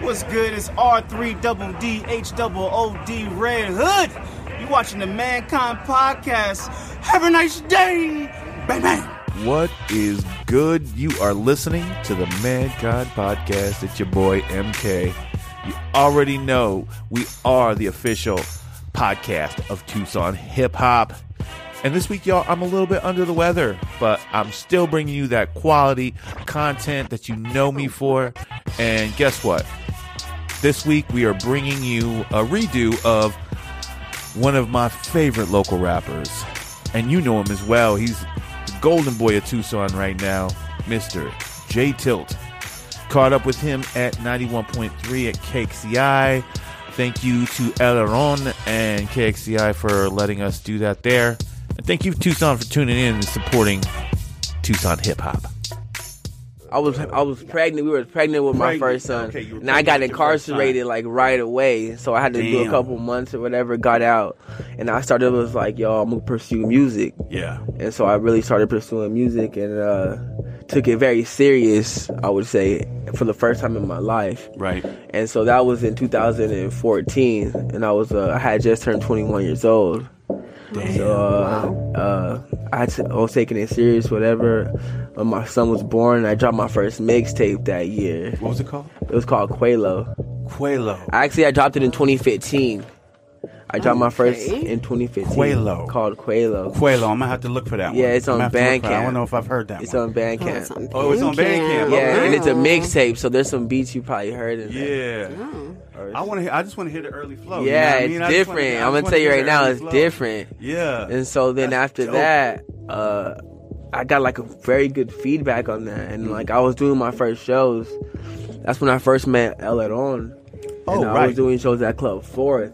What's good? It's R3 double D H double O D Red Hood. You watching the Mankind Podcast. Have a nice day. Bang bang. What is good? You are listening to the Mankind Podcast. It's your boy MK. You already know we are the official podcast of Tucson hip hop. And this week, y'all, I'm a little bit under the weather, but I'm still bringing you that quality content that you know me for. And guess what? This week, we are bringing you a redo of one of my favorite local rappers. And you know him as well. He's the golden boy of Tucson right now, Mr. J Tilt. Caught up with him at 91.3 at KXCI. Thank you to Eleron and KXCI for letting us do that there. And thank you, Tucson, for tuning in and supporting Tucson hip hop. I was I was pregnant. We were pregnant with my Pregnant. first son, Okay, you were and I got pregnant with your first incarcerated like right away. So I had to do Damn. a couple months or whatever. Got out, and I started was like, "Yo, I'm gonna pursue music." Yeah. And so I really started pursuing music and uh, took it very serious. I would say for the first time in my life. Right. And so that was in 2014, and I was uh, I had just turned 21 years old. So uh, uh, I, t- I was taking it serious, whatever. When my son was born, I dropped my first mixtape that year. What was it called? It was called Quelo. Quelo. Actually, I dropped it in 2015. I dropped my first in 2015. Quelo. Called Quelo. Quelo. I'm gonna have to look for that one. Yeah, it's on I'm gonna have to look for that. I Bandcamp. don't know if I've heard that It's one. on Bandcamp. oh, it's on Bandcamp. yeah, and it's a Wow. mixtape, so there's some beats you probably heard in there. Yeah. I want to. I just want to hear the early flow. Oh, you know Yeah, what I it's mean? I just wanna- different. I just I'm gonna wanna tell you hear right the now, early it's flow. different. Yeah. And so then That's after dope. that, uh, I got like a very good feedback on that, and like I was doing my first shows. That's when I first met Eleron. Oh, and I right. was doing shows at Club Fourth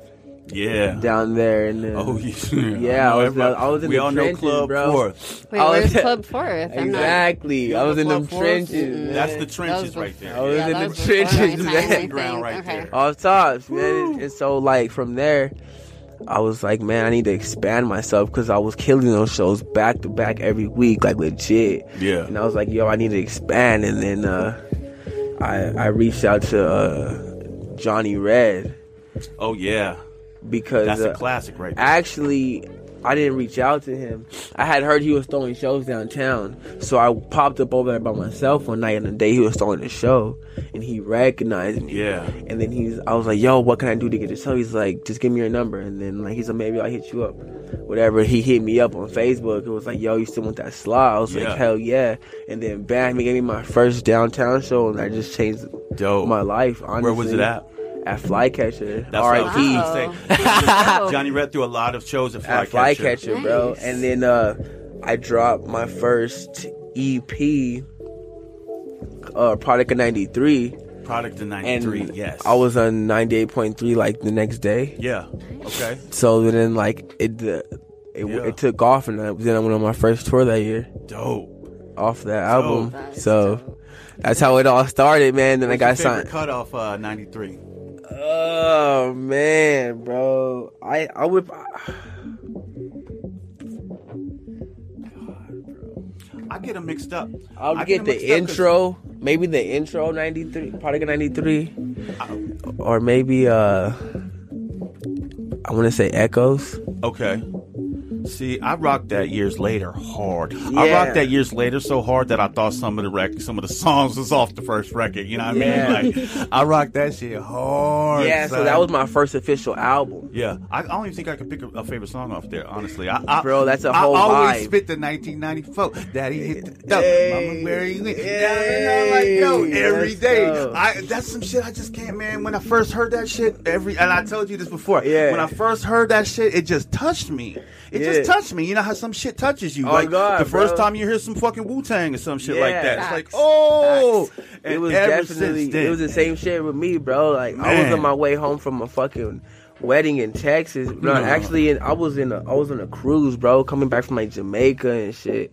yeah. down there, and then Oh, yeah. Yeah, know I was- everybody- I was in we the all know trenches, Club bro. Fourth. Wait, I was- where's Club Fourth? I'm not- exactly. You I know was the in them Club Fourth? trenches. man. That's the trenches That was right there. I was Yeah, in that the was before my trenches, time, man. I think. Ground right there. off tops, man. And so like from there, I was like, man, I need to expand myself because I was killing those shows back to back every week, like legit. Yeah. And I was like, yo, I need to expand. And then uh, I I reached out to uh, Johnny Red Oh yeah. because That's a uh, classic right there. actually I didn't reach out to him. I had heard he was throwing shows downtown, so I popped up over there by myself one night. And the day he was throwing a show, and he recognized me. Yeah. And then he's, I was like, "Yo, what can I do to get this show?" He's like, "Just give me your number." And then like he's like, "Maybe I'll hit you up." Whatever. He hit me up on Facebook. It was like, "Yo, you still want that slot?" I was Yeah. like, "Hell yeah!" And then bam, he gave me my first downtown show, and I just changed Dope. my life. Honestly. Where was it at? At Flycatcher. That's what I was R.I.P. gonna Wow. say. Johnny Red threw a lot of shows at at Flycatcher. Flycatcher, bro. Nice. And then uh, I dropped my first EP, uh, Product of '93, Product in and '93. Yes. I was on 98.3 like the next day. Yeah. Okay. So then, like it, uh, it, Yeah. it took off, and I, then I went on my first tour that year Dope. off that album. That's so. dope. That's how it all started, man. Then What's I your got favorite signed. Cut off uh, '93. Oh man, bro. I I would. I get them mixed up. I would I get get the mixed up 'cause- intro, maybe the intro '93, Prodigal '93, Oh. or maybe uh, I want to say Echoes. Okay. See, I rocked that years later hard. I Yeah. rocked that years later so hard that I thought some of the rec- some of the songs was off the first record. You know what I Yeah. mean? Like, I rocked that shit hard. Yeah, so son. that was my first official album. Yeah, I, I don't even think I could pick a, a favorite song off there. Honestly, I, I Bro, that's a I whole always vibe. spit the 1994. Daddy hit the dope. Hey. Mama, where you at? Hey. Yeah, man, I'm like, yo, every Let's day. go. I that's some shit I just can't, man. When I first heard that shit, every and I told you this before. Yeah. When I first heard that shit, it just touched me. It Yeah. just touched me. You know how some shit touches you. Oh, like God, the first bro. time you hear some fucking Wu Tang or some shit like Yeah. that. It's Facts. like, oh, It And was ever definitely since then- it was the same shit with me, bro. Like I was Man. on my way home from a fucking wedding in Texas. No, No. actually, in, I was in a I was on a cruise, bro, coming back from like Jamaica and shit.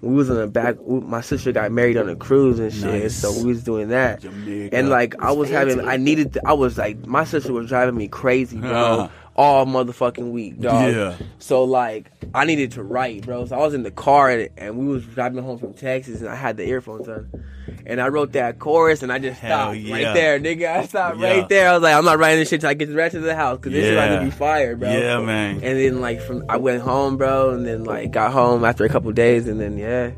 We was on the back. we- My sister got married on a cruise and shit, Nice. so we was doing that. Jamaica. And like I was having, I needed. I was like, my sister was driving me crazy, bro. Uh. all motherfucking week, dog. Yeah. So like, I needed to write, bro. So I was in the car and, and we was driving home from Texas, and I had the earphones on, and I wrote that chorus, and I just Hell stopped yeah. right there, nigga. I stopped Yeah. right there. I was like, I'm not writing this shit till I get to the rest of the house because this shit about Yeah. to be fire, bro. Yeah, man. And then like from, I went home, bro, and then like got home after a couple days, and then yeah.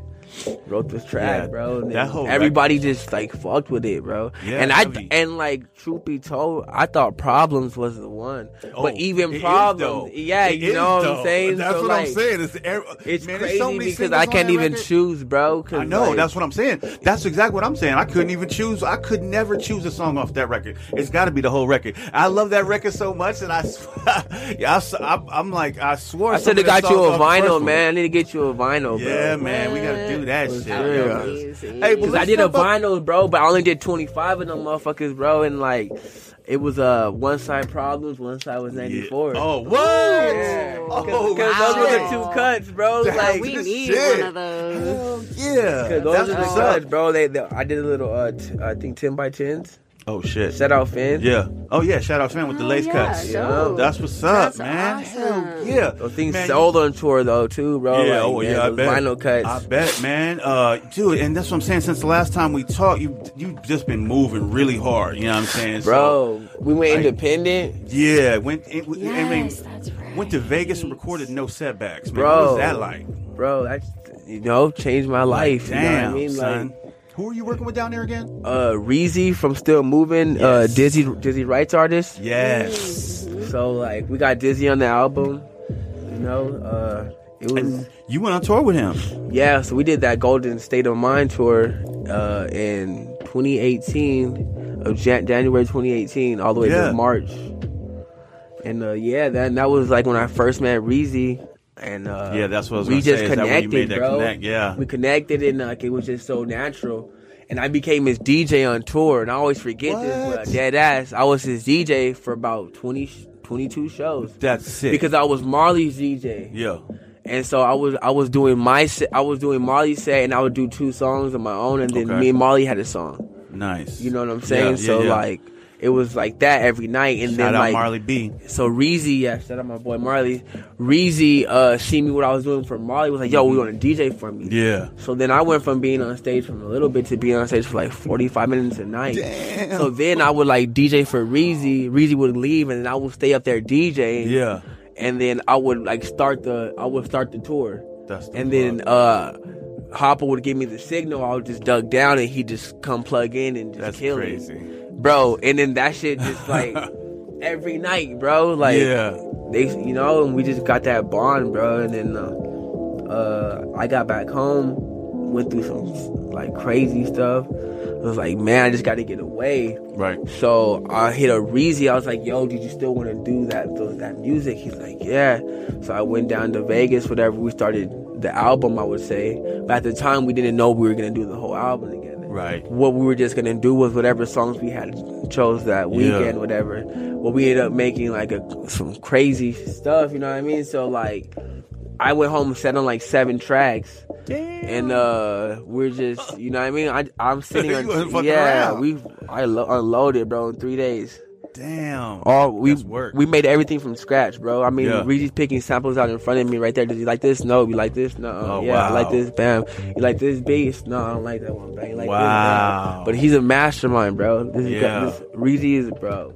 Wrote this track, Yeah, bro. And that then whole everybody just like fucked with it, bro. Yeah, and I heavy. and like truth be told, I thought problems was the one. Oh, but even it is, problems, though. yeah, It you is, know what though. I'm saying. That's So, what like, I'm saying. It's, every- It's man, there's crazy so many because singles I on can't that even record. choose, bro. 'cause, I know. like, that's what I'm saying. That's exactly what I'm saying. I couldn't even choose. I could never choose a song off that record. It's got to be the whole record. I love that record so much, and I, sw- yeah, I, s- I'm- I'm like, I swore. I should some of have the got you songs a off the first vinyl, one. man. I need to get you a vinyl, Yeah, bro. man, we gotta do that For shit. sure. yo. Hey, well, Cause I let's did a jump up- vinyl, bro, but I only did 25 of them motherfuckers, bro, and like it was uh one side problems, one side was 94. Oh, what? yeah. Cause, Oh, 'cause those were wow. the two cuts, bro. That's Like we this need shit. one of those. yeah. Cause those That's are the what's studs, up. bro. They, they, I did a little, uh, t- I think ten by tens. Oh shit. Shout out, Finn. Yeah. Oh yeah. Shout out fan with the Oh, lace yeah, cuts. dope. That's what's up, That's man. awesome. Hell yeah. Those things Man, sold on tour though too, bro. Yeah, Like, oh man, yeah, I those bet. Vinyl cuts. I bet, man. Uh, dude, and that's what I'm saying. Since the last time we talked, you you just been moving really hard. You know what I'm saying, So, bro, we went like- independent. yeah, went. It, it- I mean, Yes, that's right. went to Vegas and recorded no setbacks, man. Bro. What was that like? Bro, that you know, changed my life. Damn, you know what I mean? son. Who are you working with down there again? Like uh Reezy from Still Moving, uh Yes. Dizzy Dizzy Rights artist. Yes. So like we got Dizzy on the album. You know, uh it was And you went on tour with him. yeah, so we did that Golden State of Mind tour uh in twenty eighteen of Jan- January twenty eighteen all the way Yeah. to March. And uh yeah, that that was like when I first met Reezy. And uh, Yeah, that's what I was we gonna just say, is that when you connected, made that bro. connect? Yeah. we connected, and like it was just so natural. And I became his DJ on tour, and I always forget this, What? but dead ass, I was his DJ for about 20, sh- 22 shows That's sick. because I was Marley's DJ. yeah. And so I was I was doing my set, I was doing Marley's set, and I would do two songs of my own, and then Okay. me and Marley had a song. Nice. You know what I'm saying? Yeah, yeah, so yeah. like it was like that every night, and shout then out like Marley B. so Reezy, yeah, shout out my boy Marley. Reezy uh, seen me what I was doing for Marley was like, yo, we want to DJ for me. Mm-hmm. Yeah. So then I went from being on stage from a little bit to being on stage for like 45 minutes a night. So then I would like DJ for Reezy. Reezy would leave and then I would stay up there DJing. Yeah. And then I would like start the I would start the tour. That's the and then uh Hopper would give me the signal. I would just duck down and he'd just come plug in and just That's kill crazy. it, bro. And then that shit just like every night, bro. Like yeah. they you know and we just got that bond bro and then uh, uh i got back home went through some like crazy stuff i was like man i just gotta get away Right. so i hit a reezy i was like yo did you still want to do that those, that music he's like yeah so i went down to vegas whatever we started the album i would say but at the time we didn't know we were gonna do the whole album together Right. what we were just gonna do was whatever songs we had chose that weekend, whatever. Well, we ended up making like a, some crazy stuff, you know what I mean? So like, I went home and set on like seven tracks, and uh, we're just, you know what I mean? I I'm sitting You wasn't on, fucking yeah, around. we I lo- unloaded, bro, in three days. Damn. All we That's work. we made everything from scratch, bro. I mean, Yeah. Reezy's picking samples out in front of me right there. Did you like this? No. You like this? No. Oh, yeah, I wow. like this. Bam. You like this bass? No, I don't like that one. Bang. You like Wow. this? Bam. But he's a mastermind, bro. This is Yeah. this, Reezy is bro.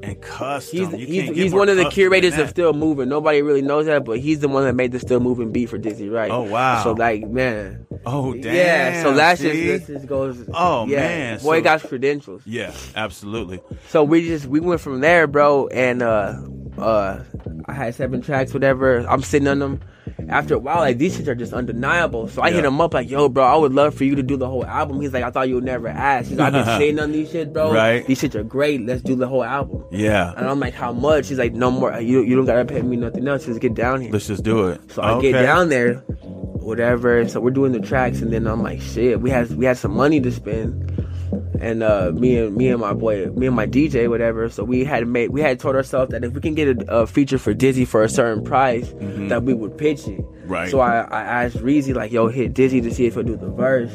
and custom. He's You can't he's, get he's more one of the custom than curators of that. Still Moving. Nobody really knows that, but he's the one that made the Still Moving beat for Dizzy Right. Oh, wow. So like, man. Oh damn. yeah. So that's see? just this just goes. Oh, yeah. man, Boy so- got credentials. Yeah, absolutely. So we just we went from there, bro, and uh uh I had seven tracks, whatever. I'm sitting on them. After a while, like these shits are just undeniable. So I hit Yeah. him up like, "Yo, bro, I would love for you to do the whole album." He's like, "I thought you would never ask." He's like, "I've been sitting on these shit, bro. Right. These shits are great. Let's do the whole album." Yeah. And I'm like, "How much?" He's like, "No more. You you don't gotta pay me nothing else. Just get down here." Let's just do it. So I get down there, whatever. So we're doing the tracks, and then I'm like, shit, we had we had some money to spend, and uh, me and me and my boy, me and my DJ, whatever. So we had made we had told ourselves that if we can get a, a feature for Dizzy for a certain price, that we would pitch it. Mm-hmm. Right. So I, I asked Reezy like, yo, hit Dizzy to see if he'll do the verse.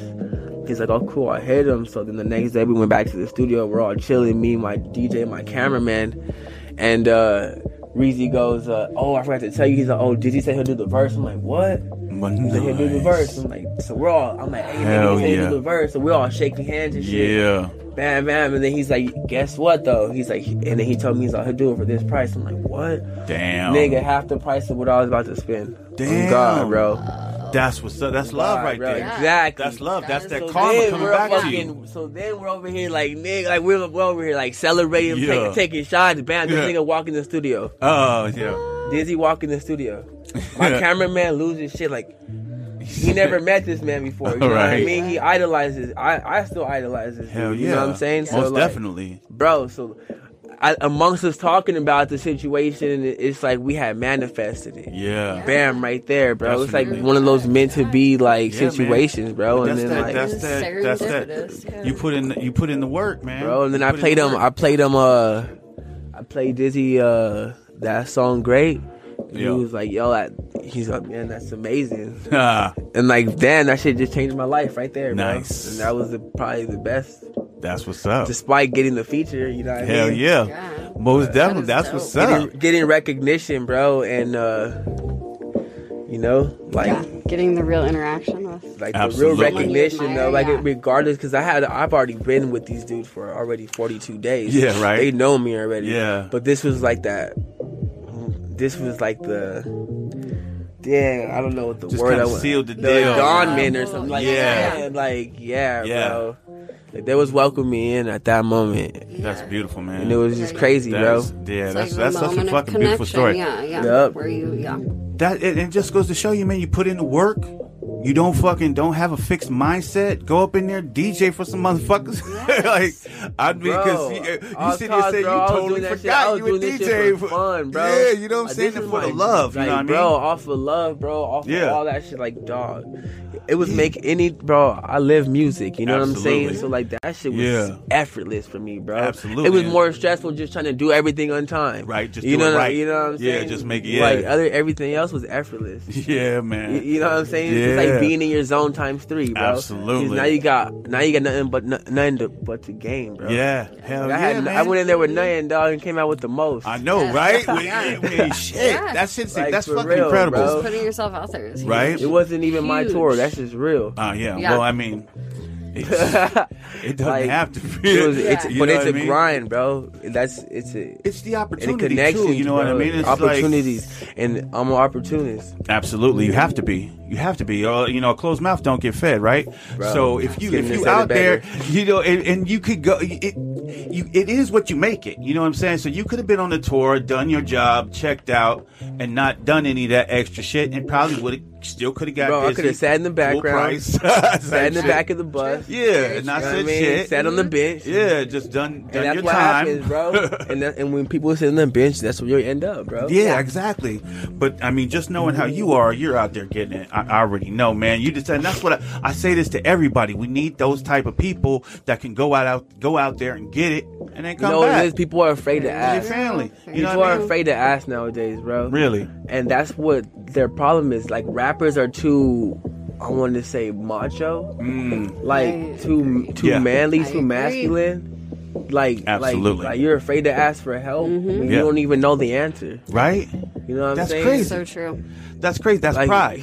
He's like, oh, cool, I hit him. So then the next day we went back to the studio. We're all chilling, me, my DJ, my cameraman, and uh, Reezy goes, uh, "Oh, I forgot to tell you." He's like, "Oh, did he say he'll do the verse?" I'm like, "What?" He's like, he'll do the verse. I'm like, "So we're all." I'm like, "Hey, Hell nigga, he said he'll yeah. do the verse." So we're all shaking hands and shit. Yeah. Bam, bam, and then he's like, "Guess what though?" He's like, and then he told me he's like, "He'll do it for this price." I'm like, "What?" Damn. Nigga, half the price of what I was about to spend. Damn. On God, bro. That's what's up. That's love God, right bro. there. Exactly. That's love. That's that So karma then coming we're back to fucking- you. So then we're over here like nigga, like we're, we're over here like celebrating, Yeah. taking, taking shots. Bam, this Yeah. nigga walk in the studio. Oh yeah. Dizzy walk in the studio. My cameraman loses shit. Like he never met this man before. You know what I Right. mean? He idolizes. I I still idolize this. Hell dude, yeah. You know what I'm saying? Most like, definitely. bro. So. I, amongst us talking about the situation, and it- it's like we had manifested it. Yeah. Bam, right there, bro. It's Absolutely. like one of those meant to be like Yeah, man. situations, bro. And That's then that. like, that's that. That's that. Serendipitous, yeah. You put in. The, you put in the work, man. bro. And then You I put in played the him. work. I played him. Uh, I played Dizzy. Uh, that song, great. And Yeah. He was like, yo, I, he's like, man, that's amazing. Ah, And like, damn, that shit just changed my life right there, bro. Nice. And that was the, probably the best, that's what's up. despite getting the feature. You know what I Hell mean? yeah. Yeah. Most definitely. is That's dope. what's Getting, up. getting recognition, bro, and uh, you know, like. Yeah, getting the real interaction with. like Absolutely. the real recognition Admire, though like yeah. regardless because i had i've already been with these dudes for already 42 days Yeah, right. they know me already Yeah. but this was like that this was like the dang i don't know what the Just word kinda i want sealed the the deal. dawn men or something like Yeah. yeah like yeah, Yeah. bro like they was welcoming me in at that moment That's beautiful, man. and it was just crazy That's, bro yeah, It's that's like the that's such a moment of fucking beautiful connection, story. Yeah, yeah. Yup. Where you, yeah. That it, it just goes to show you, man. You put in the work. You don't fucking don't have a fixed mindset. Go up in there, DJ for some motherfuckers. like I mean, because Bro, you, uh, you all sit there cause, saying you bro, I was totally doing that shit- I forgot was you were doing this shit DJ for fun, bro. Yeah, you know what I'm Like, saying? this For is the like- love, like, you know what I mean? Bro, off of love, bro, off Yeah. of all that shit, like dog. It was make any bro. I live music, you know what I'm Absolutely. saying. So like that shit was Yeah. effortless for me, bro. Absolutely. it was more stressful just trying to do everything on time, Right, just you do know, it what I- right. you know what I'm Yeah, saying. just make it- yeah. Like other everything else was effortless. yeah, man. You, you know what I'm saying? Yeah. It's like being in your zone times three, bro. 'Cause Absolutely. Now you got now you got nothing but no- nothing to, but the game, bro. yeah, hell I, Oh, yeah, had, man. I went in there with nothing, dog, and came out with the most. I know, Yes. right? When- Yeah. when- shit, Yes. that's it. Like, that's for fucking real, incredible. bro. Just putting yourself out there. is Right? huge. It wasn't even my tour. Huge. That's just real. Uh, yeah. Yeah. Well, I mean, it, it doesn't Like, have to be. It was, it's, you but know it's what a I mean? grind, bro. That's it's a It's the and opportunity connections. too. You know what I bro. mean? It's like- opportunities, and I'm an opportunist. absolutely, you have to be. You have to be. Or, you know, a closed mouth don't get fed, right? Bro, so if you if couldn't have you said it out there, better. you know, and, and you could go. It, you, it is what you make it. You know what I'm saying? So you could have been on the tour, done your job, checked out, and not done any of that extra shit, and probably would have still could have got. Bro, I busy, could have sat in the full background, price, Sat sat in the back of the bus. Yeah, and I You know said what I mean? shit. Sat on the bench. yeah, just done. And Done that's your what time, happens, bro. and that, and when people sit on the bench, that's where you end up, bro. Yeah, exactly. But I mean, just knowing how you are, you're out there getting it. I, I already know, man. You just and that's what I, I say this to everybody. We need those type of people that can go out, out go out there and get it, and then You come know, back. it is, people are afraid to Your ask. family, you know People what I are mean? afraid to ask nowadays, bro. Really? And that's what their problem is. Like rappers are too I want to say macho. I Like too Mm. too Yeah. manly, I too agree. masculine. Like Absolutely. like, like you're afraid to ask for help Mm-hmm. when Yeah. you don't even know the answer. Right? You know what I'm That's saying? crazy. So true. That's crazy. That's Like, pride.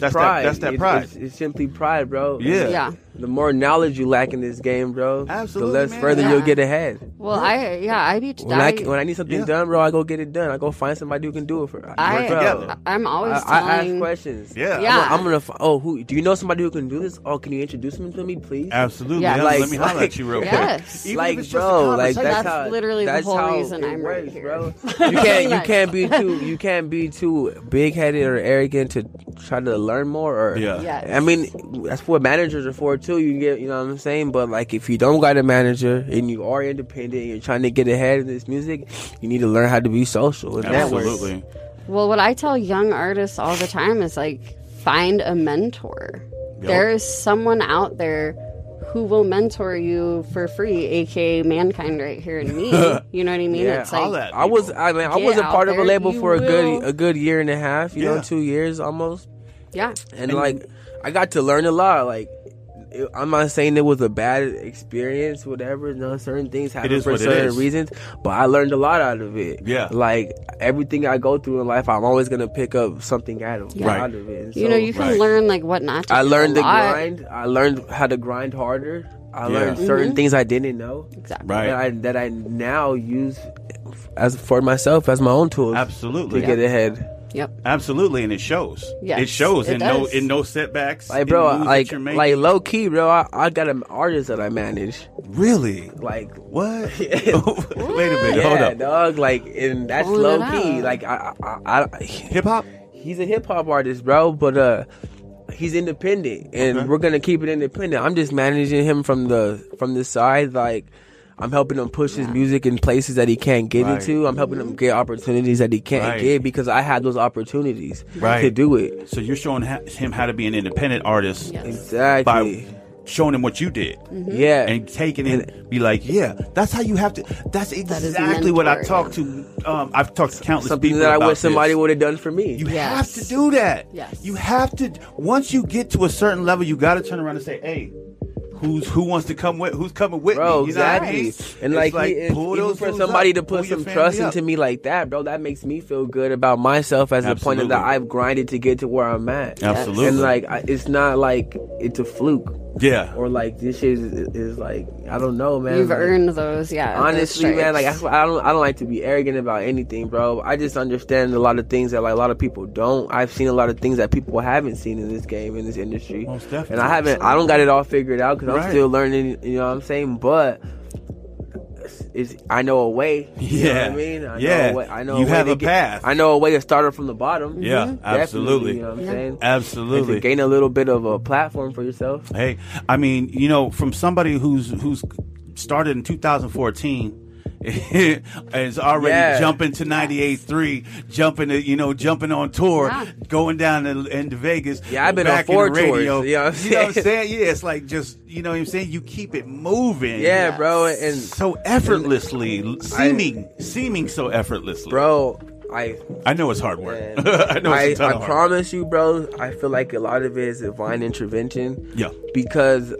That's that- pride. that's that It's- pride. It's, it's simply pride, bro. Yeah. Yeah. The more knowledge you lack in this game, bro, Absolutely, the less man. further Yeah. you'll get ahead. Well, I yeah, I need to When I, die. when I need something Yeah. done, bro, I go get it done. I go find somebody who can do it for. I, bro, together. I'm always I, I ask telling. questions. Yeah. Yeah. I'm, I'm gonna. fi- Oh, who? Do you know somebody who can do this? Oh, can you introduce them to me, please? Absolutely. Yeah, Let- like- let me holler at you real quick. Yes. Even if like, it's just a bro, like conversation. that's, That's how, literally the that's whole how reason it I'm right works, here. bro. You can't, you Like- can't be too, you can't be too big-headed or arrogant to try to learn more. Or Yeah. Yes. I mean, that's what managers are for too. You can get, you know what I'm saying. But like, if you don't got a manager and you are independent, and you're trying to get ahead in this music, you need to learn how to be social and network. Absolutely. Well, what I tell young artists all the time is like, find a mentor. Yup. There is someone out there who will mentor you for free, aka mankind right here in me. you know what I mean? Yeah, it's like, all that. I was, I mean, I Get was a out part of a there, label you for a good, will. a good year and a half. You Yeah. know, two years almost. yeah, and like I got to learn a lot. Like it, I'm not saying it was a bad experience, whatever. You know, certain things happen is for what it certain is. reasons, but I learned a lot out of it. Yeah. like everything I go through in life, I'm always gonna pick up something out of, Right. out of it. And you know, so- you can right. learn like what not to I do a learned the lot. grind. I learned how to grind harder. I Yeah. learned certain Mm-hmm. things I didn't know Exactly. Right. that I that I now use as for myself as my own tools Absolutely. to get ahead. Yep. Absolutely, and it shows. Yes, it shows it in no does. in no setbacks. Like in bro, moves that like you're making. like low key, bro. I, I got an artist that I manage. really, Like what? Wait a minute, yeah, hold up. dog. Like and that's Pulling low it key. out. Like I, I, I Hip hop. he's a hip hop artist, bro, but uh he's independent and we're gonna keep it independent. I'm just managing him from the from the side, like I'm helping him push his music in places that he can't get Right. into. I'm helping him get opportunities that he can't Right. get because I had those opportunities Right. to do it. So you're showing ha- him how to be an independent artist Yes. Exactly. Mm-hmm. by showing him what you did Yeah. and taking it. Be like, yeah, that's how you have to. That's is exactly what I mentoring. talked to. Um, I've talked to countless Something people that I about wish somebody this. would have done for me. You Yes. have to do that. Yes. You have to. Once you get to a certain level, you got to turn around and say, "Hey, who's who wants to come with? Who's coming with bro, me?" You know what I exactly. mean? And It's like, he- if- pull even those for dudes somebody up, to put pull your some family trust up. into me like that, bro, that makes me feel good about myself as a point that Absolutely. I've grinded to get to where I'm at. Absolutely. And like, I, it's not like it's a fluke yeah, or like this shit is, is like I don't know, man. You've Like, earned those. Yeah. those Honestly, man, like stripes. that's why I don't, I don't like to be arrogant about anything, bro. I just understand a lot of things that like a lot of people don't. I've seen a lot of things that people haven't seen in this game, in this industry, Most definitely. and I haven't. I don't got it all figured out because Right. I'm still learning. You know what I'm saying? But it's, I know a way. You know Yeah. what I mean, I Yeah. know a way. I know You a way have to a get- path. I know a way to start it from the bottom. Mm-hmm. Yeah, Definitely, absolutely. You know what I'm saying? And to absolutely. gain a little bit of a platform for yourself. Hey, I mean, you know, from somebody who's who's started in 2014 is already Yeah. jumping to 98.3, jumping to, you know, jumping on tour, Yeah. going down to, into Vegas. Yeah, I've been on back in four the radio. tours, you know what I'm You know what I'm saying? saying? Yeah, it's like just, you know what I'm saying? You keep it moving. Yeah, bro, and So effortlessly, seeming seeming so effortlessly. bro, I I know it's hard work. And I know I, it's a ton I of hard work. promise you, bro. I feel like a lot of it is divine intervention. Yeah. Because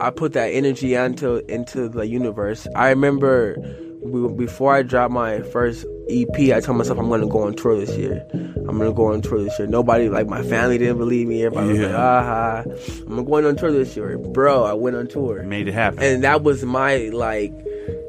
I put that energy into into the universe. I remember we, before I dropped my first EP, I told myself I'm gonna go on tour this year. I'm gonna go on tour this year. Nobody like my family didn't believe me. Everybody was Yeah. like, "Aha!" I'm going on tour this year, bro. I went on tour Made it happen. and that was my like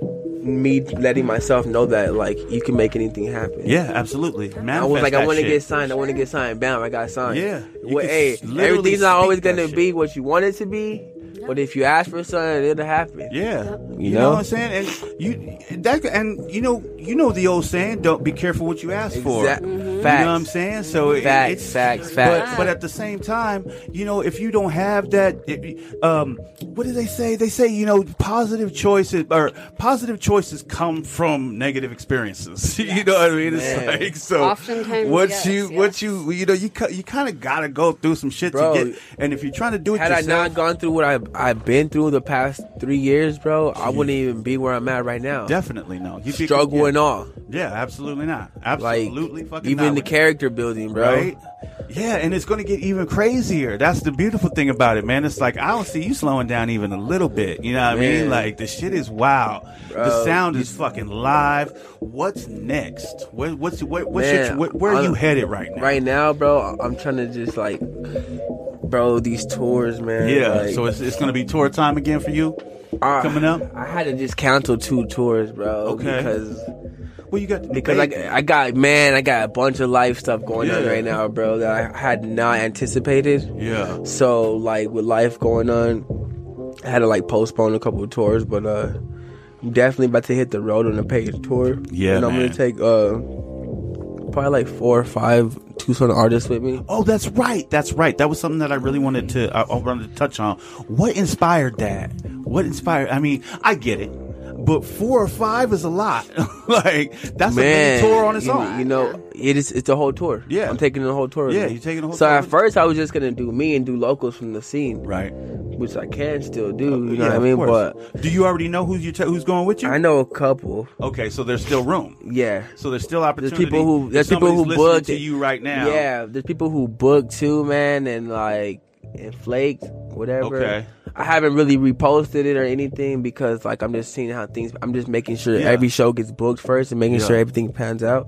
me letting myself know that like you can make anything happen. yeah, absolutely. I was like, I want to get signed. I want to get signed. Bam, I got signed. Yeah, you Well, can hey, s- literally everything's not speak always that gonna shit. be what you want it to be, but if you ask for something, it'll happen. Yeah, you know? know? what I'm saying, and you that and you know you know the old saying, don't be careful what you ask for. Exact- You know Facts. what I'm saying? So it- Facts, it's facts, But, facts. but at the same time, you know, if you don't have that, it, um, what do they say? They say you know positive choices or positive choices come from negative experiences. you know what I mean? It's Man. like so. Oftentimes, what yes, you what yes. you you know you ki- you kind of gotta go through some shit Bro, to get. And if you're trying to do it Had I yourself, not gone through what I've I've been through the past three years, bro, I wouldn't even be where I'm at right now. definitely no. You'd be- Struggle and yeah. all, Yeah, absolutely not. like Absolutely fucking even not. the character building, bro. right? Yeah, and it's going to get even crazier. That's the beautiful thing about it, man. It's like I don't see you slowing down even a little bit. You know what I mean? Man. Like the shit is wild. the Bro, sound is fucking live. What's next? What, what's what, what's your, Man, where, where are I- you headed right now? Right now, bro, I'm trying to just like, bro, these tours, man. Yeah. like, so it's, it's going to be tour time again for you. I- coming up? I had to just cancel two tours, bro. Okay. Because Well, you got the because baby. I, I got man, I got a bunch of life stuff going on Yeah. right now, bro, that I had not anticipated. yeah. So like with life going on, I had to like postpone a couple of tours, but uh I'm definitely about to hit the road on a paid tour. Yeah, And I'm man. gonna take uh probably like four or five Tucson artists with me. Oh, that's right. That's right. That was something that I really wanted to I, I wanted to touch on. What inspired that? What inspired? I mean, I get it, but four or five is a lot. like that's Man, a big tour on its you, own. you know, it is it's the whole tour. Yeah. I'm taking the whole tour. with Yeah, me. you're taking the whole So tour at with- first I was just gonna do me and do locals from the scene. right? which I can still do. You know Uh, Yeah, what I of mean? course. But do you already know who's you ta- who's going with you? I know a couple. Okay, so there's still room. Yeah. So there's still opportunity. There's people who If there's people somebody's who listening booked to you right now. Yeah, there's people who booked too, man, and like and flaked, whatever. Okay. I haven't really reposted it or anything because like I'm just seeing how things. I'm just making sure Yeah. every show gets booked first and making Yeah. sure everything pans out.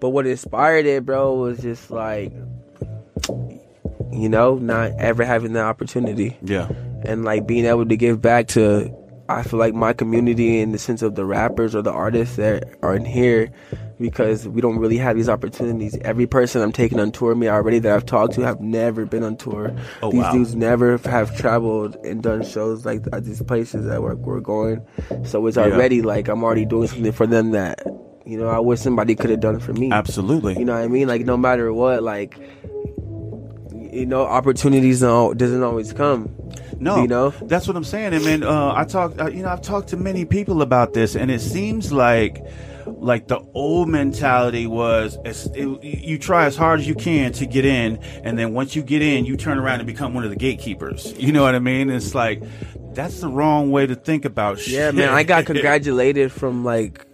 But what inspired it, bro, was just like, you know, not ever having the opportunity Yeah. and like being able to give back to I feel like my community in the sense of the rappers or the artists that are in here because we don't really have these opportunities. Every person I'm taking on tour with me already that I've talked to have never been on tour. Oh, these wow. dudes never f- have traveled and done shows like at these places that we're, we're going. So it's already like I'm already doing something for them that you know I wish somebody could have done for me. Absolutely. You know what I mean? Like no matter what, like you know, opportunities don't doesn't always come. No, You know? that's what I'm saying. I mean, uh, I talk, uh, you know, I've talked to many people about this, and it seems like, like the old mentality was, it's, it, you try as hard as you can to get in, and then once you get in, you turn around and become one of the gatekeepers. You know what I mean? It's like that's the wrong way to think about shit. Yeah, man, I got congratulated from like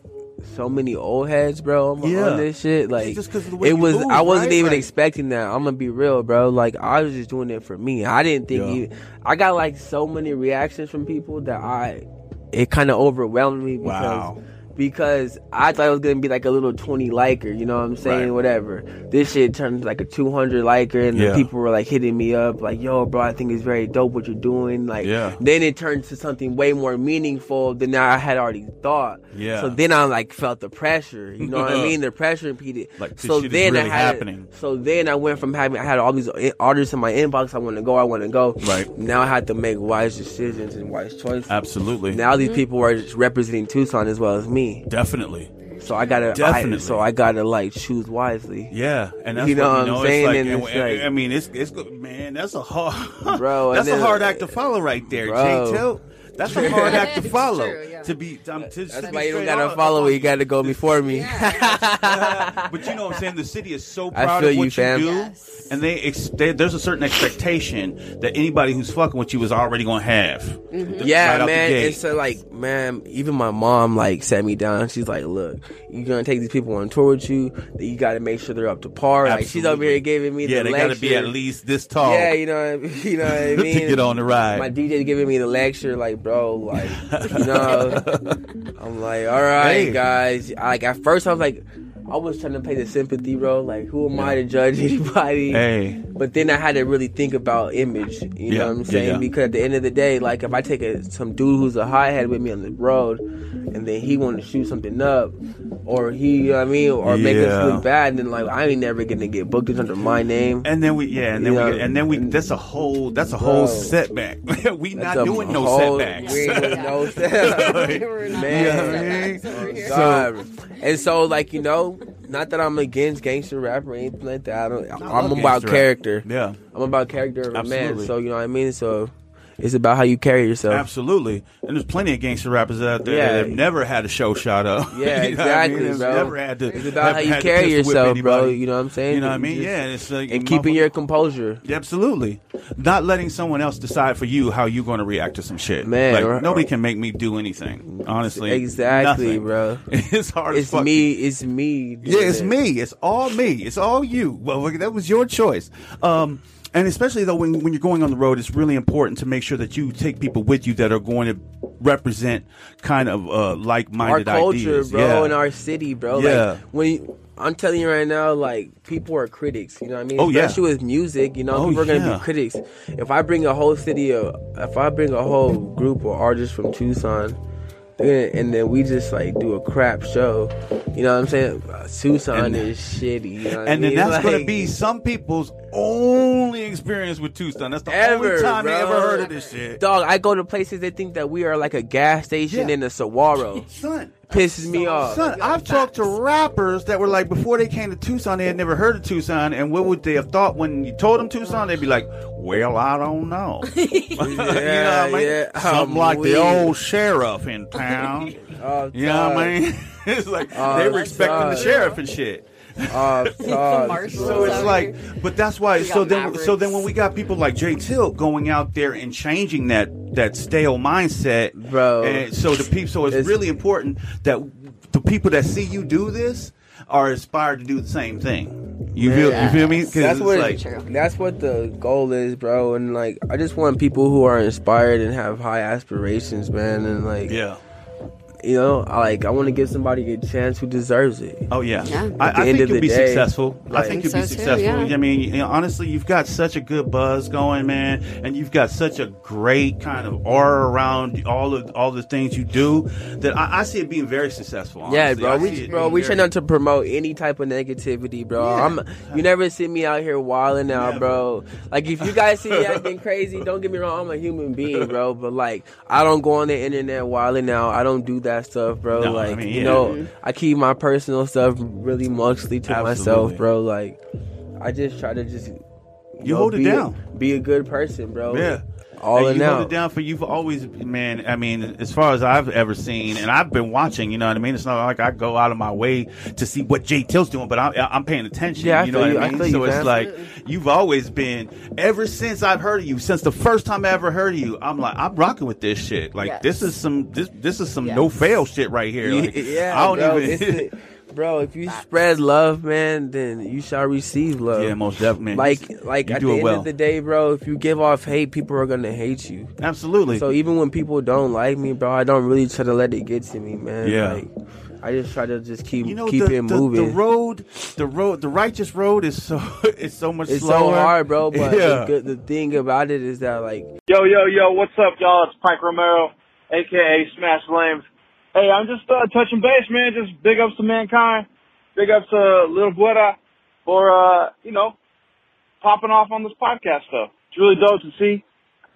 so many old heads, bro. I'm Yeah. on this shit. Like, just 'cause of the way you it was. move, I wasn't right? even Like- expecting that. I'm gonna be real, bro. Like, I was just doing it for me. I didn't think. Yeah. Even, I got like so many reactions from people that I. It kind of overwhelmed me because Wow. because I thought it was gonna be like a little twenty liker. You know what I'm saying? Right. Whatever. This shit turned into, like a two hundred liker, and Yeah. the people were like hitting me up, like, "Yo, bro, I think it's very dope what you're doing." Like, Yeah. then it turned to something way more meaningful than I had already thought. Yeah. So then I like felt the pressure. You know what I mean? The pressure impeded. Like, this so shit is then really I had, happening. So then I went from having I had all these i- orders in my inbox. I want to go. I want to go. Right. Now I had to make wise decisions and wise choices. Absolutely, Now these people are just representing Tucson as well as me. definitely. So I gotta I- Definitely. so I gotta like choose wisely. Yeah, and that's You know what, what you I'm know, It's saying? like, And and- it's and- like- I mean, it's it's good, man. That's a hard, Bro, and That's a then- hard act to follow, right there, Bro. Jay. Tell that's a hard act to It's follow. true, yeah. To be, um, to, to That's be why you don't straight gotta up. follow it. You gotta go before me. But you know what I'm saying? The city is so I proud feel of what you, you, fam. do, Yes. and they, ex- they there's a certain expectation that anybody who's fucking with you is already gonna have. Mm-hmm. Yeah, right out the man. gate. And so like, man, even my mom like sat me down. She's like, "Look, you're gonna take these people on tour with you. that You got to make sure they're up to par." Like she's over Absolutely. here giving me yeah, the they lecture. gotta be at least this tall. Yeah, you know, what I- you know what I mean. to get on the ride. My DJ giving me the lecture, like, bro, like, you know, I'm like, all right, Hey. guys. Like at first, I was like, I was trying to play the sympathy role, like, who am I to judge anybody? Hey. But then I had to really think about image. You Yeah, know what I'm yeah, saying? yeah. Because at the end of the day, like, if I take a, some dude who's a high head with me on the road, and then he want to shoot something up, or he, you know what I mean, or make us Yeah. look bad, then like, I ain't never gonna get booked under my name. And then we, yeah, and then Yeah. we, and then we. That's a whole. That's a whole Bro. setback. we That's not a doing no whole- setbacks. We ain't doing no They setbacks. were not Man. Oh, setbacks over here. God. and so, like you know, not that I'm against gangster rap or anything like that. I don't, I'm love about gangsta rap. character. Yeah. I'm about character of a man. Absolutely. So you know what I mean. So it's about how you carry yourself. Absolutely, and there's plenty of gangster rappers out there Yeah. that have never had a show shot up. You Yeah, know what I mean? exactly, It's bro. Never had to. It's about how haven't you had to carry pistol whip yourself, bro. anybody. You know what I'm saying? You know what I You mean? just- yeah, and it's like And keeping motherfucker- your composure. absolutely not letting someone else decide for you how you're going to react to some shit. Man, like, or- nobody can make me do anything. Honestly, Exactly, nothing. bro. It's hard. as It's fuck. me. It's me. Yeah, it's doing it. me. It's all me. It's all you. Well, look, that was your choice. Um, and especially though, when when you're going on the road, it's really important to make sure that you take people with you that are going to represent kind of uh, Our like-minded culture, ideas. bro, yeah. and our city, bro. Yeah. Like when you- I'm telling you right now, like people are critics. You know what I mean? Oh, yeah. Especially with music, you know, Oh, people are gonna yeah. be critics. If I bring a whole city of, if I bring a whole group of artists from Tucson. they're gonna- And then we just like do a crap show, you know what I'm saying? Tucson And- is shitty, you know what I and then mean? that's going to Like- be some people's only experience with Tucson. That's the Ever, only time they bro. ever heard of this shit. Dog, I go to places they think that we are like a gas station Yeah. in a Saguaro. Son, Pisses me off. Son, I've talked to rappers that were like before they came to Tucson, they had never heard of Tucson, and what would they have thought when you told them Tucson? They'd be like, "Well, I don't know." yeah, Yeah, yeah. um, Something I'm like weak. Oh, the old sheriff in town. Off you know what top. I mean? it's like they were Oh, expecting the God. sheriff and shit. Off The top. marshals So it's out like, here. but that's why. We So got then, so Mavericks. then, when we got people like Jay Tilt going out there and changing that that stale mindset, Bro. And so the people, so it's, It's- really important that the people that see you do this are inspired to do the same thing. You feel you feel me? 'Cause That's it's what like, True. that's what the goal is, bro. And like, I just want people who are inspired and have high aspirations, man. And like, Yeah. you know, I, like I want to give somebody a chance who deserves it. Oh yeah, Yeah. At I, the I end think of you'll the be day- successful. I Right. think Think you'll be so, too, successful. yeah. I mean, you know, honestly, you've got such a good buzz going, man, and you've got such a great kind of aura around all of all the things you do that I, I see it being very successful. Honestly. Yeah, bro. I see We it bro, being we very- try not to promote any type of negativity, bro. I'm you never see me out here wilding out, bro. Like if you guys see me acting crazy, don't get me wrong, I'm a human being, bro. But like I don't go on the internet wilding out. I don't do that stuff, bro. No, I like mean, you yeah. know, I keep my personal stuff really mostly to Absolutely. myself, bro. Like I just try to just You hold it be a- down. be a good person, bro. Yeah. Oh, All and in you out. hold it down for you've always man i mean as far as i've ever seen and i've been watching you know what i mean it's not like i go out of my way to see what jay till's doing but i'm, I'm paying attention Yeah, I you know feel what you. i I mean feel you, so it's man. like you've always been ever since i've heard of you since the first time i ever heard of you i'm like i'm rocking with this shit like Yes. this is some this this is some no Yes. fail shit right here Like, yeah, i don't bro, even it's the- bro, if you spread love, man, then you shall receive love. yeah most definitely man. Like, like you at do the it end well of the day, bro, if you give off hate, people are gonna hate you. absolutely So even when people don't like me, bro, I don't really try to let it get to me, man. Yeah. Like, I just try to just keep you know keep the, it the, moving. the road the road the righteous road is so it's so much it's so slower hard, bro. But Yeah. the, good, the thing about it is that, like, Yo, yo, yo, what's up, y'all? It's Pike Romero, aka Smash Lames. Hey, I'm just uh, touching base, man. Just big ups to mankind. Big ups to Little Buena for, uh, you know, popping off on this podcast stuff. It's really dope to see.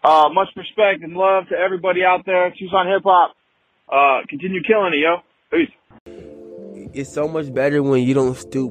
Uh, much respect and love to everybody out there. Tucson Hip Hop. Uh, continue killing it, yo. Peace. it's so much better when you don't stoop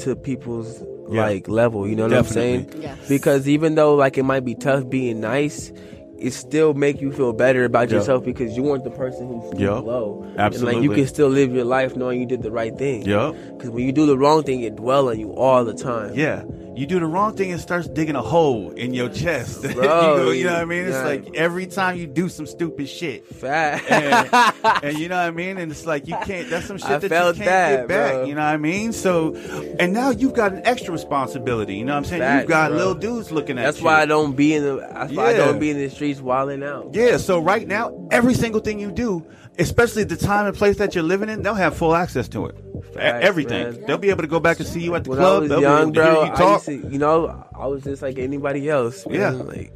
to people's Yeah. like level. You know what I'm Definitely. saying? Yes. Because even though like it might be tough being nice, it still make you feel better about Yeah. yourself because you weren't the person who's stooped Yeah. low. And like Absolutely. you can still live your life knowing you did the right thing. Yeah. Because when you do the wrong thing, it dwell on you all the time. Yeah. You do the wrong thing, it starts digging a hole in your chest. you, Bro, go- you know what I mean? It's yeah. like every time you do some stupid shit. Fat. And, and you know what I mean? And it's like you can't that's some shit I that you felt can't that, get back. bro. You know what I mean? So and now you've got an extra responsibility. You know what I'm saying? Facts, you've got bro. little dudes looking at that's you. why I don't be in the. That's why I Yeah. don't be in the streets wilding out. Yeah, so right now, every single thing you do, especially the time and place that you're living in, they'll have full access to it. E- Facts, Everything. man. They'll be able to go back and see you at the when club. I was They'll young, be able to bro, hear you I talk. used to, you know, I was just like anybody else. Man. Yeah. like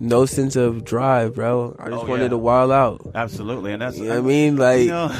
no sense of drive, bro. I just Oh, wanted yeah. to wild out. Absolutely. And that's You know what I mean? Like, you know,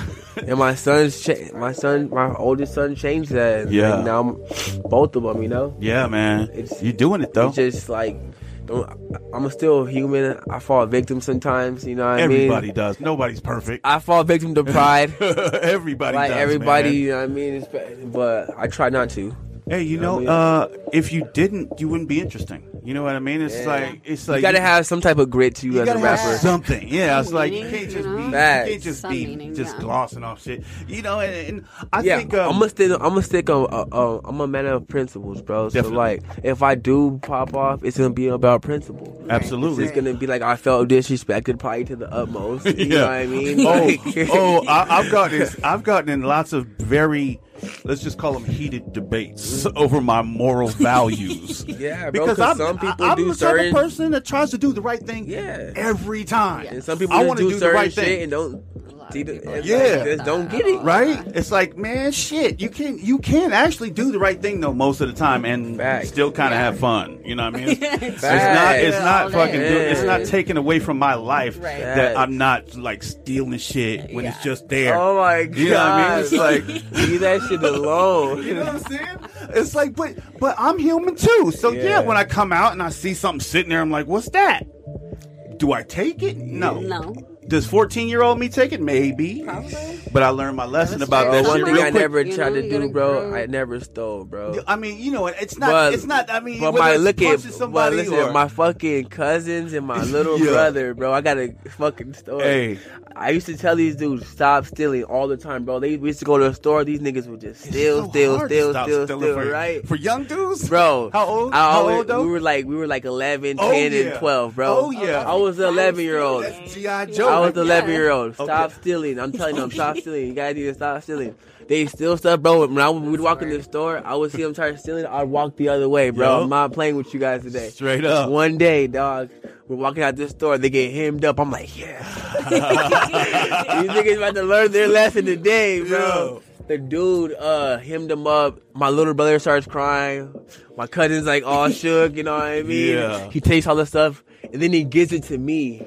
and my son's, cha- my son, my oldest son changed that. and, Yeah. like, now I'm, both of them, you know, Yeah, man. It's- You're doing it though. it's just like. Don't, I'm still human. I fall victim sometimes. You know what I Everybody mean? does. Nobody's perfect. I fall victim to pride. everybody like does. everybody, man. you know what I mean? It's- but I try not to. Hey, you know know, what uh, if you didn't, you wouldn't be interesting. You know what I mean? It's Yeah. like it's like you gotta have some type of grit to you, you as a gotta have rapper. something. Yeah, it's Some like you meaning, can't you just know? be you Facts. can't just Some be meaning, just yeah. glossing off shit. You know, and, and I yeah, think um, I'm gonna stick. I'm gonna stick on. Uh, uh, I'm a man of principles, bro. Definitely. So like, if I do pop off, it's gonna be about principle. It's absolutely. just gonna be like I felt disrespected, probably to the utmost. You Yeah. know what I mean? Oh, Like- oh, I, I've gotten this. I've gotten in lots of very, let's just call them heated debates over my moral values. Mm-hmm. Yeah, bro, 'cause I'm- some people I- I'm do the type certain- of person that tries to do the right thing. Yeah. every time. and some people I just wanna do, the certain right shit thing. and don't. lot of See, the- people it's are like, like just that. don't get it. Right? It's like, man, shit. You can you can actually do the right thing though most of the time and Facts. still kind of have fun. You know what I mean? It's not Facts. it's not All fucking day. do- it's not Yeah. taken away from my life Right. that I'm not like stealing shit when it's Yeah. just there. Oh my god! You know what I mean? It's like leave that shit alone. you know what I'm saying? It's like, but but I'm human too. So yeah. Yeah. when I come out and I see something sitting there, I'm like, what's that? Do I take it? No. No. Does 14 year old me take it? Maybe. Probably. But I learned my lesson That's about that But fair. shit That's one something real thing I quick. never You know, tried to you do, gotta bro, grow. I never stole, bro. I mean, you know, it's not. But- it's not. I mean, But whether my it's look punching at but somebody listen, or my fucking cousins and my little Yeah. brother, bro. I got a fucking story. Hey. I used to tell these dudes stop stealing all the time, bro. They we used to go to the store. These niggas would just steal, So steal, hard to steal, stop steal, steal, stealing for, right? For young dudes, Bro, How old? I How always- old though? We were like, we were like 11, Oh, 10, yeah. and 12, bro. Oh, yeah. I was an 11 year old. That's GI I Joe. I was 11 yeah. year old. Stop stealing. I'm telling them, stop stealing. You guys need to stop stealing. They steal stuff, bro. When I would we'd walk in the store, I would see them try to steal it. I'd walk the other way, bro. Yup. I'm not playing with you guys today. Straight up. One day, dog, we're walking out this store. They get hemmed up. I'm like, yeah. These niggas about to learn their lesson today, bro. The dude uh hemmed him up. My little brother starts crying. My cousin's like all shook, you know what I mean? Yeah. He takes all the stuff and then he gives it to me.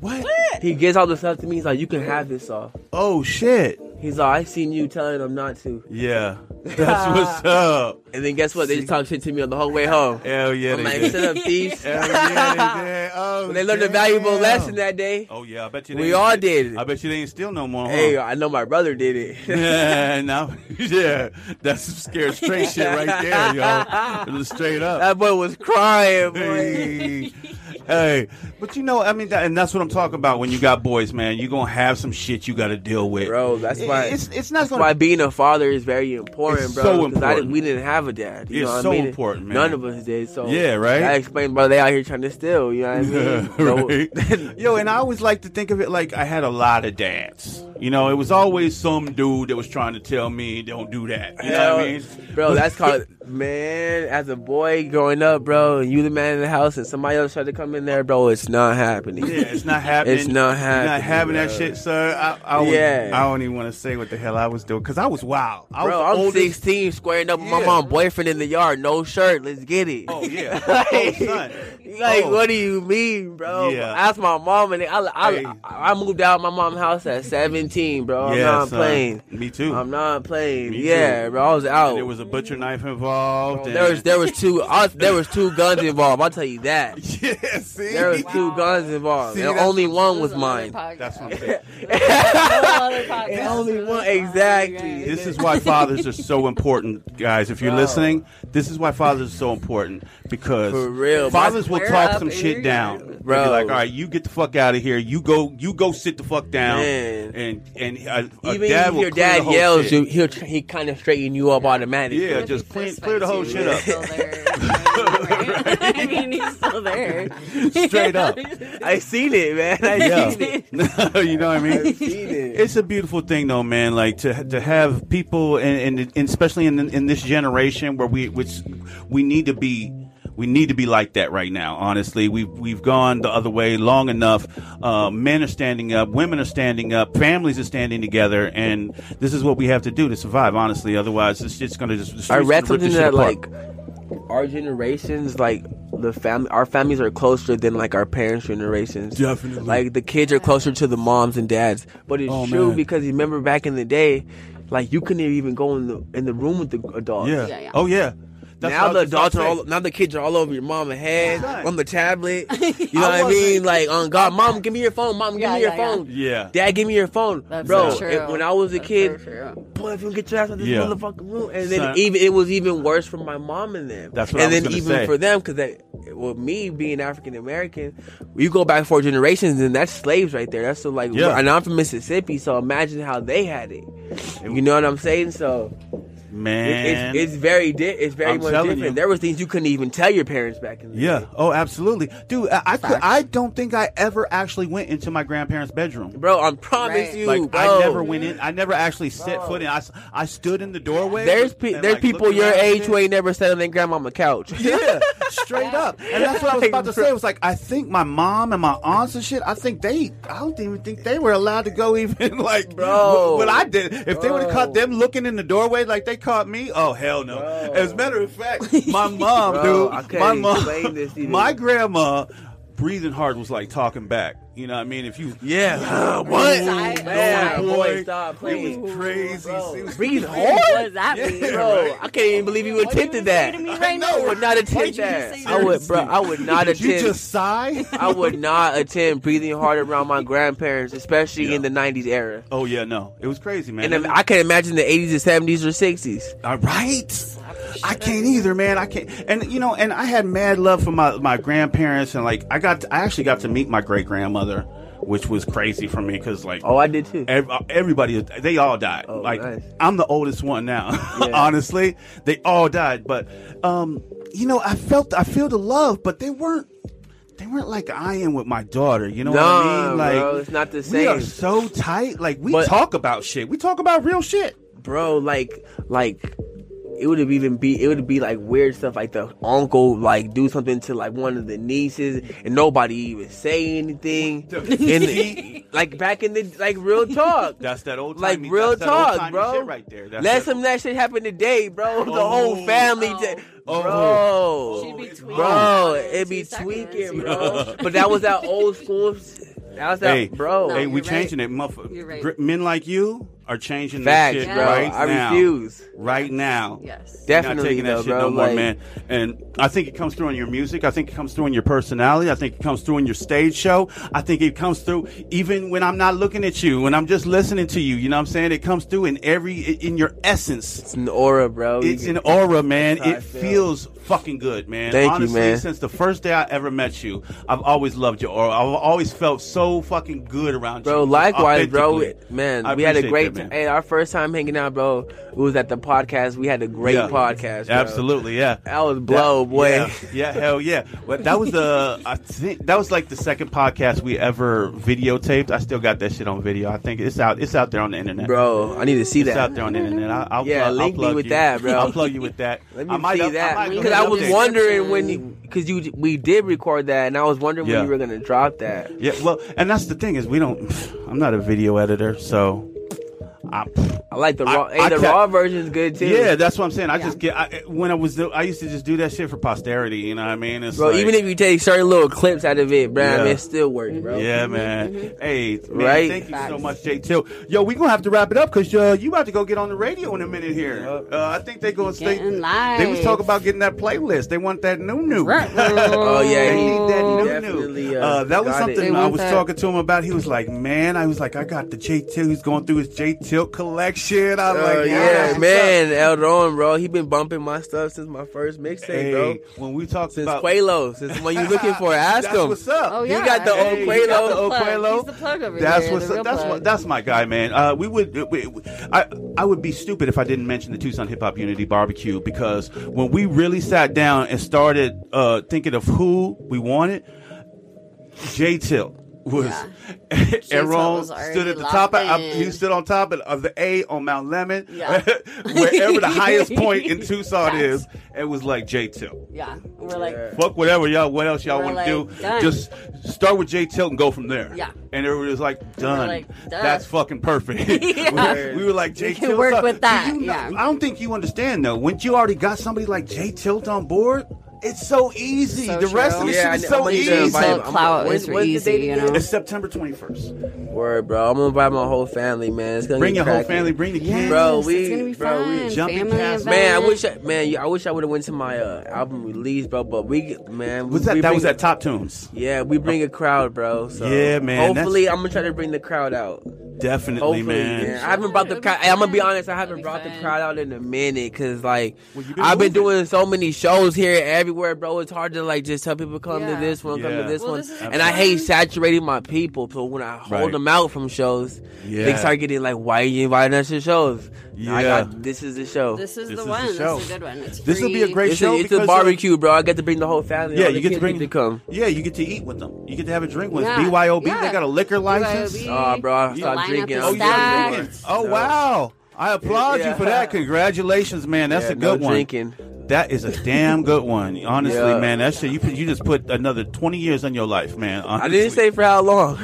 What? He gives all the stuff to me. He's like, "You can have this all." Oh shit! He's like, "I seen you telling him not to." Yeah, that's what's up. And then guess what? They just talk shit to me on the whole way home. Hell yeah, they I'm did. like, "Shut up, thieves." Hell yeah, they did. Oh, They learned a valuable lesson that day. Oh yeah, I bet you. They We ain't- all did. I bet you they ain't steal no more. Huh? Hey, uh, I know my brother did it. yeah, now, yeah, that's some scared straight shit right there, yo. Just Straight up. that boy was crying, boy. Hey, hey, But you know, I mean, that, and that's what I'm talking about. When you got boys, man, you gonna have some shit you got to deal with. bro, that's It- why. it's it's not why gonna. being a father is very important, It's bro. so 'cause I didn't, important. we didn't have a dad. You It's know what so I mean? important, man. None of us did. So Yeah, right? I explained, bro. They out here trying to steal. You know what I mean? So- Right? Yo, and I always like to think of it like I had a lot of dads. You know, it was always some dude that was trying to tell me don't do that. You know what I Hell, mean? Bro, that's called man. As a boy growing up, bro, and you the man in the house, and somebody else tried to come in there, bro. It's not happening. Yeah, it's not happening. It's not You're happening, not having that bro. shit, sir. I, I, Yeah. yeah. I don't even want to say what the hell I was doing because I was wild. I Bro, was I'm old as- 16, squaring up with my Yeah. mom, boyfriend in the yard, no shirt. Let's get it. Oh yeah. oh son. Like, Oh. what do you mean, bro? Yeah. Ask my mom, and I, I, Hey. I, I moved out of my mom's house at 17, bro. I'm Yeah, not son. playing. Me too. I'm not playing. Me yeah, too. bro, I was out. There was a butcher knife involved. and- Oh. there was there was two I, there was two guns involved. I'll tell you that. yeah, see? There was two Wow. guns involved. See, and that's- only one was This is another mine. podcast. That's what I'm saying. Another podcast. Only one, Sorry, exactly. guys. This is why fathers are so important, guys. If you're Bro. listening, this is why fathers are so important because For real, my- fathers will We're talk up some in shit your down. guys'- They'll be Bro. like, all right, you get the fuck out of here. You go, you go, sit the fuck down. Man. And and a, a Even dad if will clear your the dad whole yells, shit. you, he'll tr- he kind of straighten you up automatically. Yeah, just Fist clean, fight clear the whole too. shit He's up. still there. I mean, he's still there. Straight up. I seen it, man. I Yeah. seen it. you know what I mean? I seen it. It's a beautiful thing, though, man. Like to to have people, and, and, and especially in in this generation where we which we need to be. We need to be like that right now. Honestly, we've we've gone the other way long enough. Uh, men are standing up, women are standing up, families are standing together, and this is what we have to do to survive. Honestly, otherwise, it's just going to just. I read rip something this shit that apart. like our generations, like the family, our families are closer than like our parents' generations. Definitely. Like the kids are closer to the moms and dads. But it's Oh, true man. because you remember back in the day, like you couldn't even go in the in the room with the adults. yeah. Yeah, yeah. Oh yeah. That's now what I the was just adults are about all, to say. now the kids are all over your mama's head Right. on the tablet. You know what I mean? wasn't- Like on God, mom, give me your phone. Mom, give Yeah, me your yeah, yeah. phone. Yeah. Dad, give me your phone, That's bro. so true. if- when I was a That's so kid, true. boy, if you don't get your ass out this Yeah. motherfucking room, and then Son. even it was even worse for my mom and them. That's what I and was then gonna even say. for them, because well, me being African American, you go back four generations, and that's slaves right there. That's so like, Yeah. and I'm from Mississippi, so imagine how they had it. You know what I'm saying? So man. it's, it's very di- it's very I'm much telling different. you. There were things you couldn't even tell your parents back in the Yeah. day. Oh, absolutely, dude. I I, could, I don't think I ever actually went into my grandparents' bedroom. Bro, I promise Right. you, Like bro, I never went in. I never actually set foot in. I, s- I stood in the doorway. There's pe- and, there's like, people looked your around age and- who ain't never sat on their grandmama couch. Yeah, straight up. And that's what I was about to say. It was like I think my mom and my aunts and shit. I think they. I don't even think they were allowed to go even like Bro. wh- What I did. If they would have Bro. caught them looking in the doorway like they caught me. Oh hell no. Bro. As a matter of fact, my mom, Bro, dude. I can't my mom. explain this even. My grandma, breathing hard was like talking back. You know what I mean? If you Yeah. What? Oh, Side- Man, side- boy, boy, stop It playing. was crazy. It was- Breathe What hard, does that mean? bro. I can't even believe you What do you attempted that. say to me right know, I now? would not attempt you that. say I would, bro. I would not Did you attempt. just sigh? I would not attempt breathing hard around my grandparents, especially in the '90s era. oh yeah, no, it was crazy, man. And I'm- I can imagine the '80s and '70s or '60s. All Uh, right. I can't either, man. I can't. And you know, and I had mad love for my my grandparents, and like I got, I actually got to meet my great grandmother, which was crazy for me because like. Oh, I did too. ev- uh, Everybody, they all died. Oh, like nice. I'm the oldest one now. Yeah. Honestly, they all died. But um, you know, I felt, I feel the love, but they weren't, they weren't like I am with my daughter. You know what I Nah, mean? Like bro, it's not the we same. are so tight. Like we But- talk about shit. We talk about real shit. bro, like, like it would have even be it would be like weird stuff like the uncle like do something to like one of the nieces and nobody even say anything. and like back in the like real talk. That's that old like timey- real that's that old talk, timey bro. shit right there. That's Let that- some that shit happen today, bro. The Oh. whole family, Oh. did- Oh. bro. She'd be tweaking. Bro, in it be two seconds, tweaking, you bro. know? but that was that old school. That was that, Hey, bro. No, hey, you're we right. changing it, motherfucker. You're right. Gr- Men like you are changing Facts, this shit bro. right I now. refuse. Right now. Yes. You're Definitely, not taking that though, shit bro. no more, like, man. And I think it comes through in your music. I think it comes through in your personality. I think it comes through in your stage show. I think it comes through even when I'm not looking at you, when I'm just listening to you. You know what I'm saying? It comes through in every in your essence. It's an aura, bro. You It's can- an aura, man. That's how I It feel. feels fucking good, man. Thank you, Honestly, man. since the first day I ever met you, I've always loved your aura. I've always felt so fucking good around Bro, you. likewise, bro. authentically. Man, I we had a appreciate great that, time. man. Hey, our first time hanging out, bro. It was at the podcast. We had a great Yeah. podcast. Bro. Absolutely, yeah. That was blow, boy. Yeah, yeah, hell yeah. But that was the I think that was like the second podcast we ever videotaped. I still got that shit on video. I think it's out. It's out there on the internet, Bro, I need to see It's out that. there on the internet. I, I'll Yeah, plug, I'll link me plug with you. that, bro. I'll plug you with that. Let me I might see up- I that might go because I up was there. wondering when you because you we did record that and I was wondering Yeah. when you were gonna drop that. Yeah, well, and that's the thing is we don't. I'm not a video editor, so. I, I like the I- raw. hey, I the ca- raw version's good too. yeah, that's what I'm saying. I just get I, when I was I used to just do that shit for posterity. You know what I mean? It's bro. like- even if you take certain little clips out of it, bro, I mean, Yeah. it still works, bro. Yeah, man. Hey, man, Mm-hmm. Right? Thank you so Facts. much, Jay Till. Yo, we gonna have to wrap it up because uh, you about to go get on the radio in a minute here. Uh, I think they gonna stay. Getting live. They was talking about getting that playlist. They want that new new. oh yeah, They he- need that new Definitely, new. uh, Uh, that was got it. something They I want was that. talking to him about. He was like, "Man, I was like, I got the Jay Till. He's going through his Jay Till collection. I Oh, like, yeah, that's what's up. man, Eldon, bro. He been bumping my stuff since my first mixtape, Hey, bro. when we talked Since about Quelo, since when you looking for, it, ask that's him. what's up. Oh He yeah. got the old Hey, he's got Quelo. the Old plug. Quelo. He's the plug over That's here. what's the real that's plug. what that's my guy, man. Uh, we would we, we- I I would be stupid if I didn't mention the Tucson Hip Hop Unity Barbecue because when we really sat down and started uh, thinking of who we wanted, J Till was Till Aaron was stood already at the top. Of, locked I, in. he stood on top of, of the A on Mount Lemon, Yeah. wherever the highest point in Tucson Facts. is. It was like J Till. Yeah. We're like. Fuck whatever y'all. What else y'all We're want like, to do? done. Just start with Jay Tilt and go from there. Yeah. And everybody was like, done. like, duh. That's fucking perfect. Yeah. we, we were like, Jay We can Tilt. work up." with Do that, you know- yeah. I don't think you understand though. Once you already got somebody like Jay Tilt on board, it's so easy. So the rest of true. the Yeah, shit is I know. so I'm gonna easy. invite him. So clout When- is when's the easy, date you again? know. It's September 21st. Word, bro. I'm gonna invite my whole family, man. It's gonna Bring your get whole cracking. family. Bring the kids. Bro, Yes, we- it's gonna be bro, we fun. jumping Family past- Man, I event. wish, I, man, you- I wish I would have went to my uh, album release, bro. But we, man, we, Was that we that was bring- at Top Tunes? Yeah, we bring a crowd, bro. So Yeah, man, Hopefully, I'm gonna try to bring the crowd out. Definitely, Hopefully, man. man. I haven't brought the It'll be crowd. I'm gonna be fun. honest. I haven't It'll be brought the fun. crowd out in a minute because, like, Well, you been I've been moving. doing so many shows here everywhere, bro. It's hard to like just tell people come Yeah. to this one, come Yeah. to this Well, one, this is and I hate fun. saturating my people. So when I hold Right. them out from shows, they Yeah. start getting like, "Why are you inviting us to shows?" Yeah, I Yeah. got, this is the show. This is This the is the one. show. This is a good one. It's free. This will be a great It's show a, it's because a uh, barbecue, bro. I get to bring the whole family. Yeah, All the you get to kids bring to come. Yeah, you get to eat with them. You get to have a drink with Yeah. them. BYOB. They Yeah. got a liquor license. BYOB. Oh, bro, I You stopped line up drinking. the I'm you got drinking. tickets. Oh wow. I applaud you for Yeah. that. Congratulations, man. That's Yeah, a good no one. drinking. That is a damn good one. Honestly, Yeah. man, that shit you put- you just put another twenty years on your life, man. I Honestly. didn't say for how long.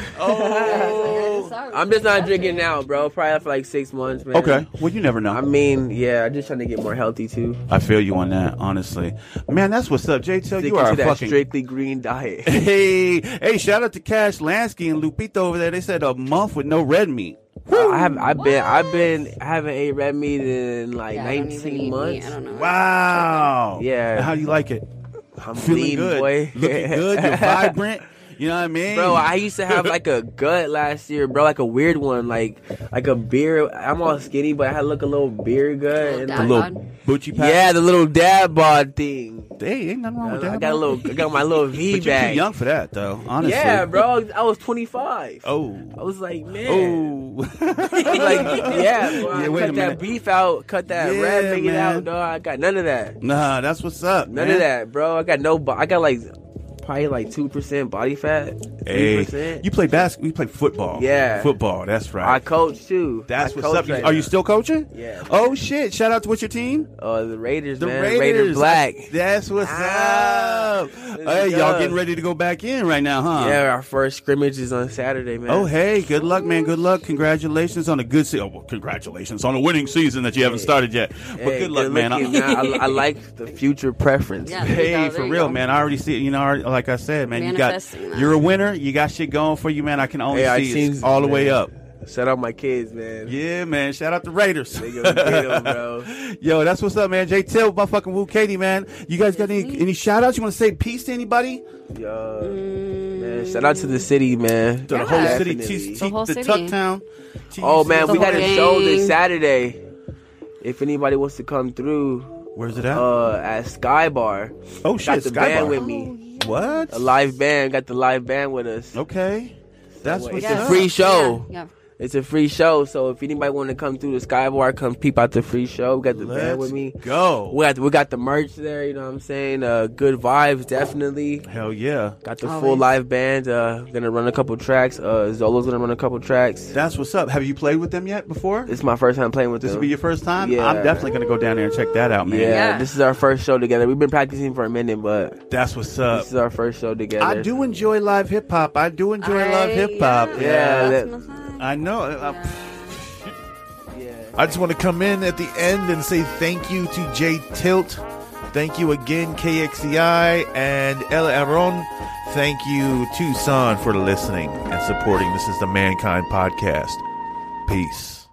Oh. I'm just not drinking now, bro. Probably after like six months, man. okay. Well, you never know. I mean, yeah, I'm just trying to get more healthy too. I feel you on that. Honestly, man, that's what's up. Jay, tell Sticking you are to a that fucking strictly green diet. Hey, hey! Shout out to Cash Lansky and Lupita over there. They said a month with no red meat. I have, I've been, I've been, I haven't ate red meat in like Yeah, I don't even 19 eat meat. months. I don't know. Wow. Yeah. And how do you like it? I'm Feeling lean, good. boy. Looking good. You're vibrant. You know what I mean? Bro, I used to have like a gut last year, bro, like a weird one, like like a beer. I'm all skinny, but I had like a little beer gut. And, A a like, little God. boochie pack. yeah, the little dad bod thing. Hey, ain't nothing wrong with that. I got a bro. little, I got my little V Oh, But you're too back. young for that, though. Honestly. Yeah, bro, I was 25. I Oh. was like, man. Oh. I'm like, yeah, bro, I Yeah, wait a minute. cut that beef out, cut that Yeah, red thing man. out, dog. I got none of that. nah, that's what's up. None man. of that, bro. I got no, bo- I got like probably like two percent body fat. Three Hey, percent. you play basketball. You play football. Yeah. football. That's right. I coach too. that's I what's coach up. You- right Are you now. still coaching? Yeah. Oh shit! Shout out to what's your team? Uh, the Raiders, The man. Raiders. Raiders. Black. That's what's Ah, up. let's Hey, y'all go. getting ready to go back in right now, huh? yeah, our first scrimmage is on Saturday, man. Oh hey, good luck, man. Good luck. Congratulations on a good season. Oh, well, congratulations on a winning season that you haven't started yet. But Hey, good luck, man. looking, I- I, I like the future preference. Yeah. There Hey, you go, for there you real, go. man. I already see it. You know, I already- like I said, man, you got Manifesting that. you're a winner. You got shit going for you, man. I can only Hey, I see it's seen- all the way man. up. Shout out my kids, man. Yeah, man. Shout out the Raiders. They gonna get 'em, bro. Yo, that's what's up, man. J Till, motherfucking Wu Katie, man. You guys got any any shout outs? You want to say peace to anybody? Yo, man, shout out to the city, man. To the whole city, Definitely. T- The T- whole the city. Tucktown. T- Oh man, The we got whole a show this gang. Saturday. If anybody wants to come through, Where's it at? uh, at Sky Bar, oh got shit, the Sky band Bar. with me. What? A live band got the live band with us. Okay, that's It's what's a up. free show. Uh, Yeah. yeah. It's a free show, so if anybody want to come through the Sky Bar, come peep out the free show. We got the Let's band with me. go. We got we got the merch there. You know what I'm saying? Uh, good vibes, definitely. Hell yeah. Got the full Always. live band. Uh, gonna run a couple tracks. Uh, Zolo's gonna run a couple tracks. That's what's up. Have you played with them yet before? This is my first time playing with This will them. be your first time. Yeah. I'm definitely gonna go down there and check that out, man. yeah, Yeah. this is our first show together. We've been practicing for a minute, but That's what's up. this is our first show together. Uh, I do enjoy live hip hop. I do enjoy live hip hop. Yeah. Yeah, that- that's my thing. I know. I- I- Yeah. I just want to come in at the end and say thank you to Jay Tilt. Thank you again, KXEI and El Aron. Thank you, Tucson, for listening and supporting. This is the Mankind Podcast. Peace.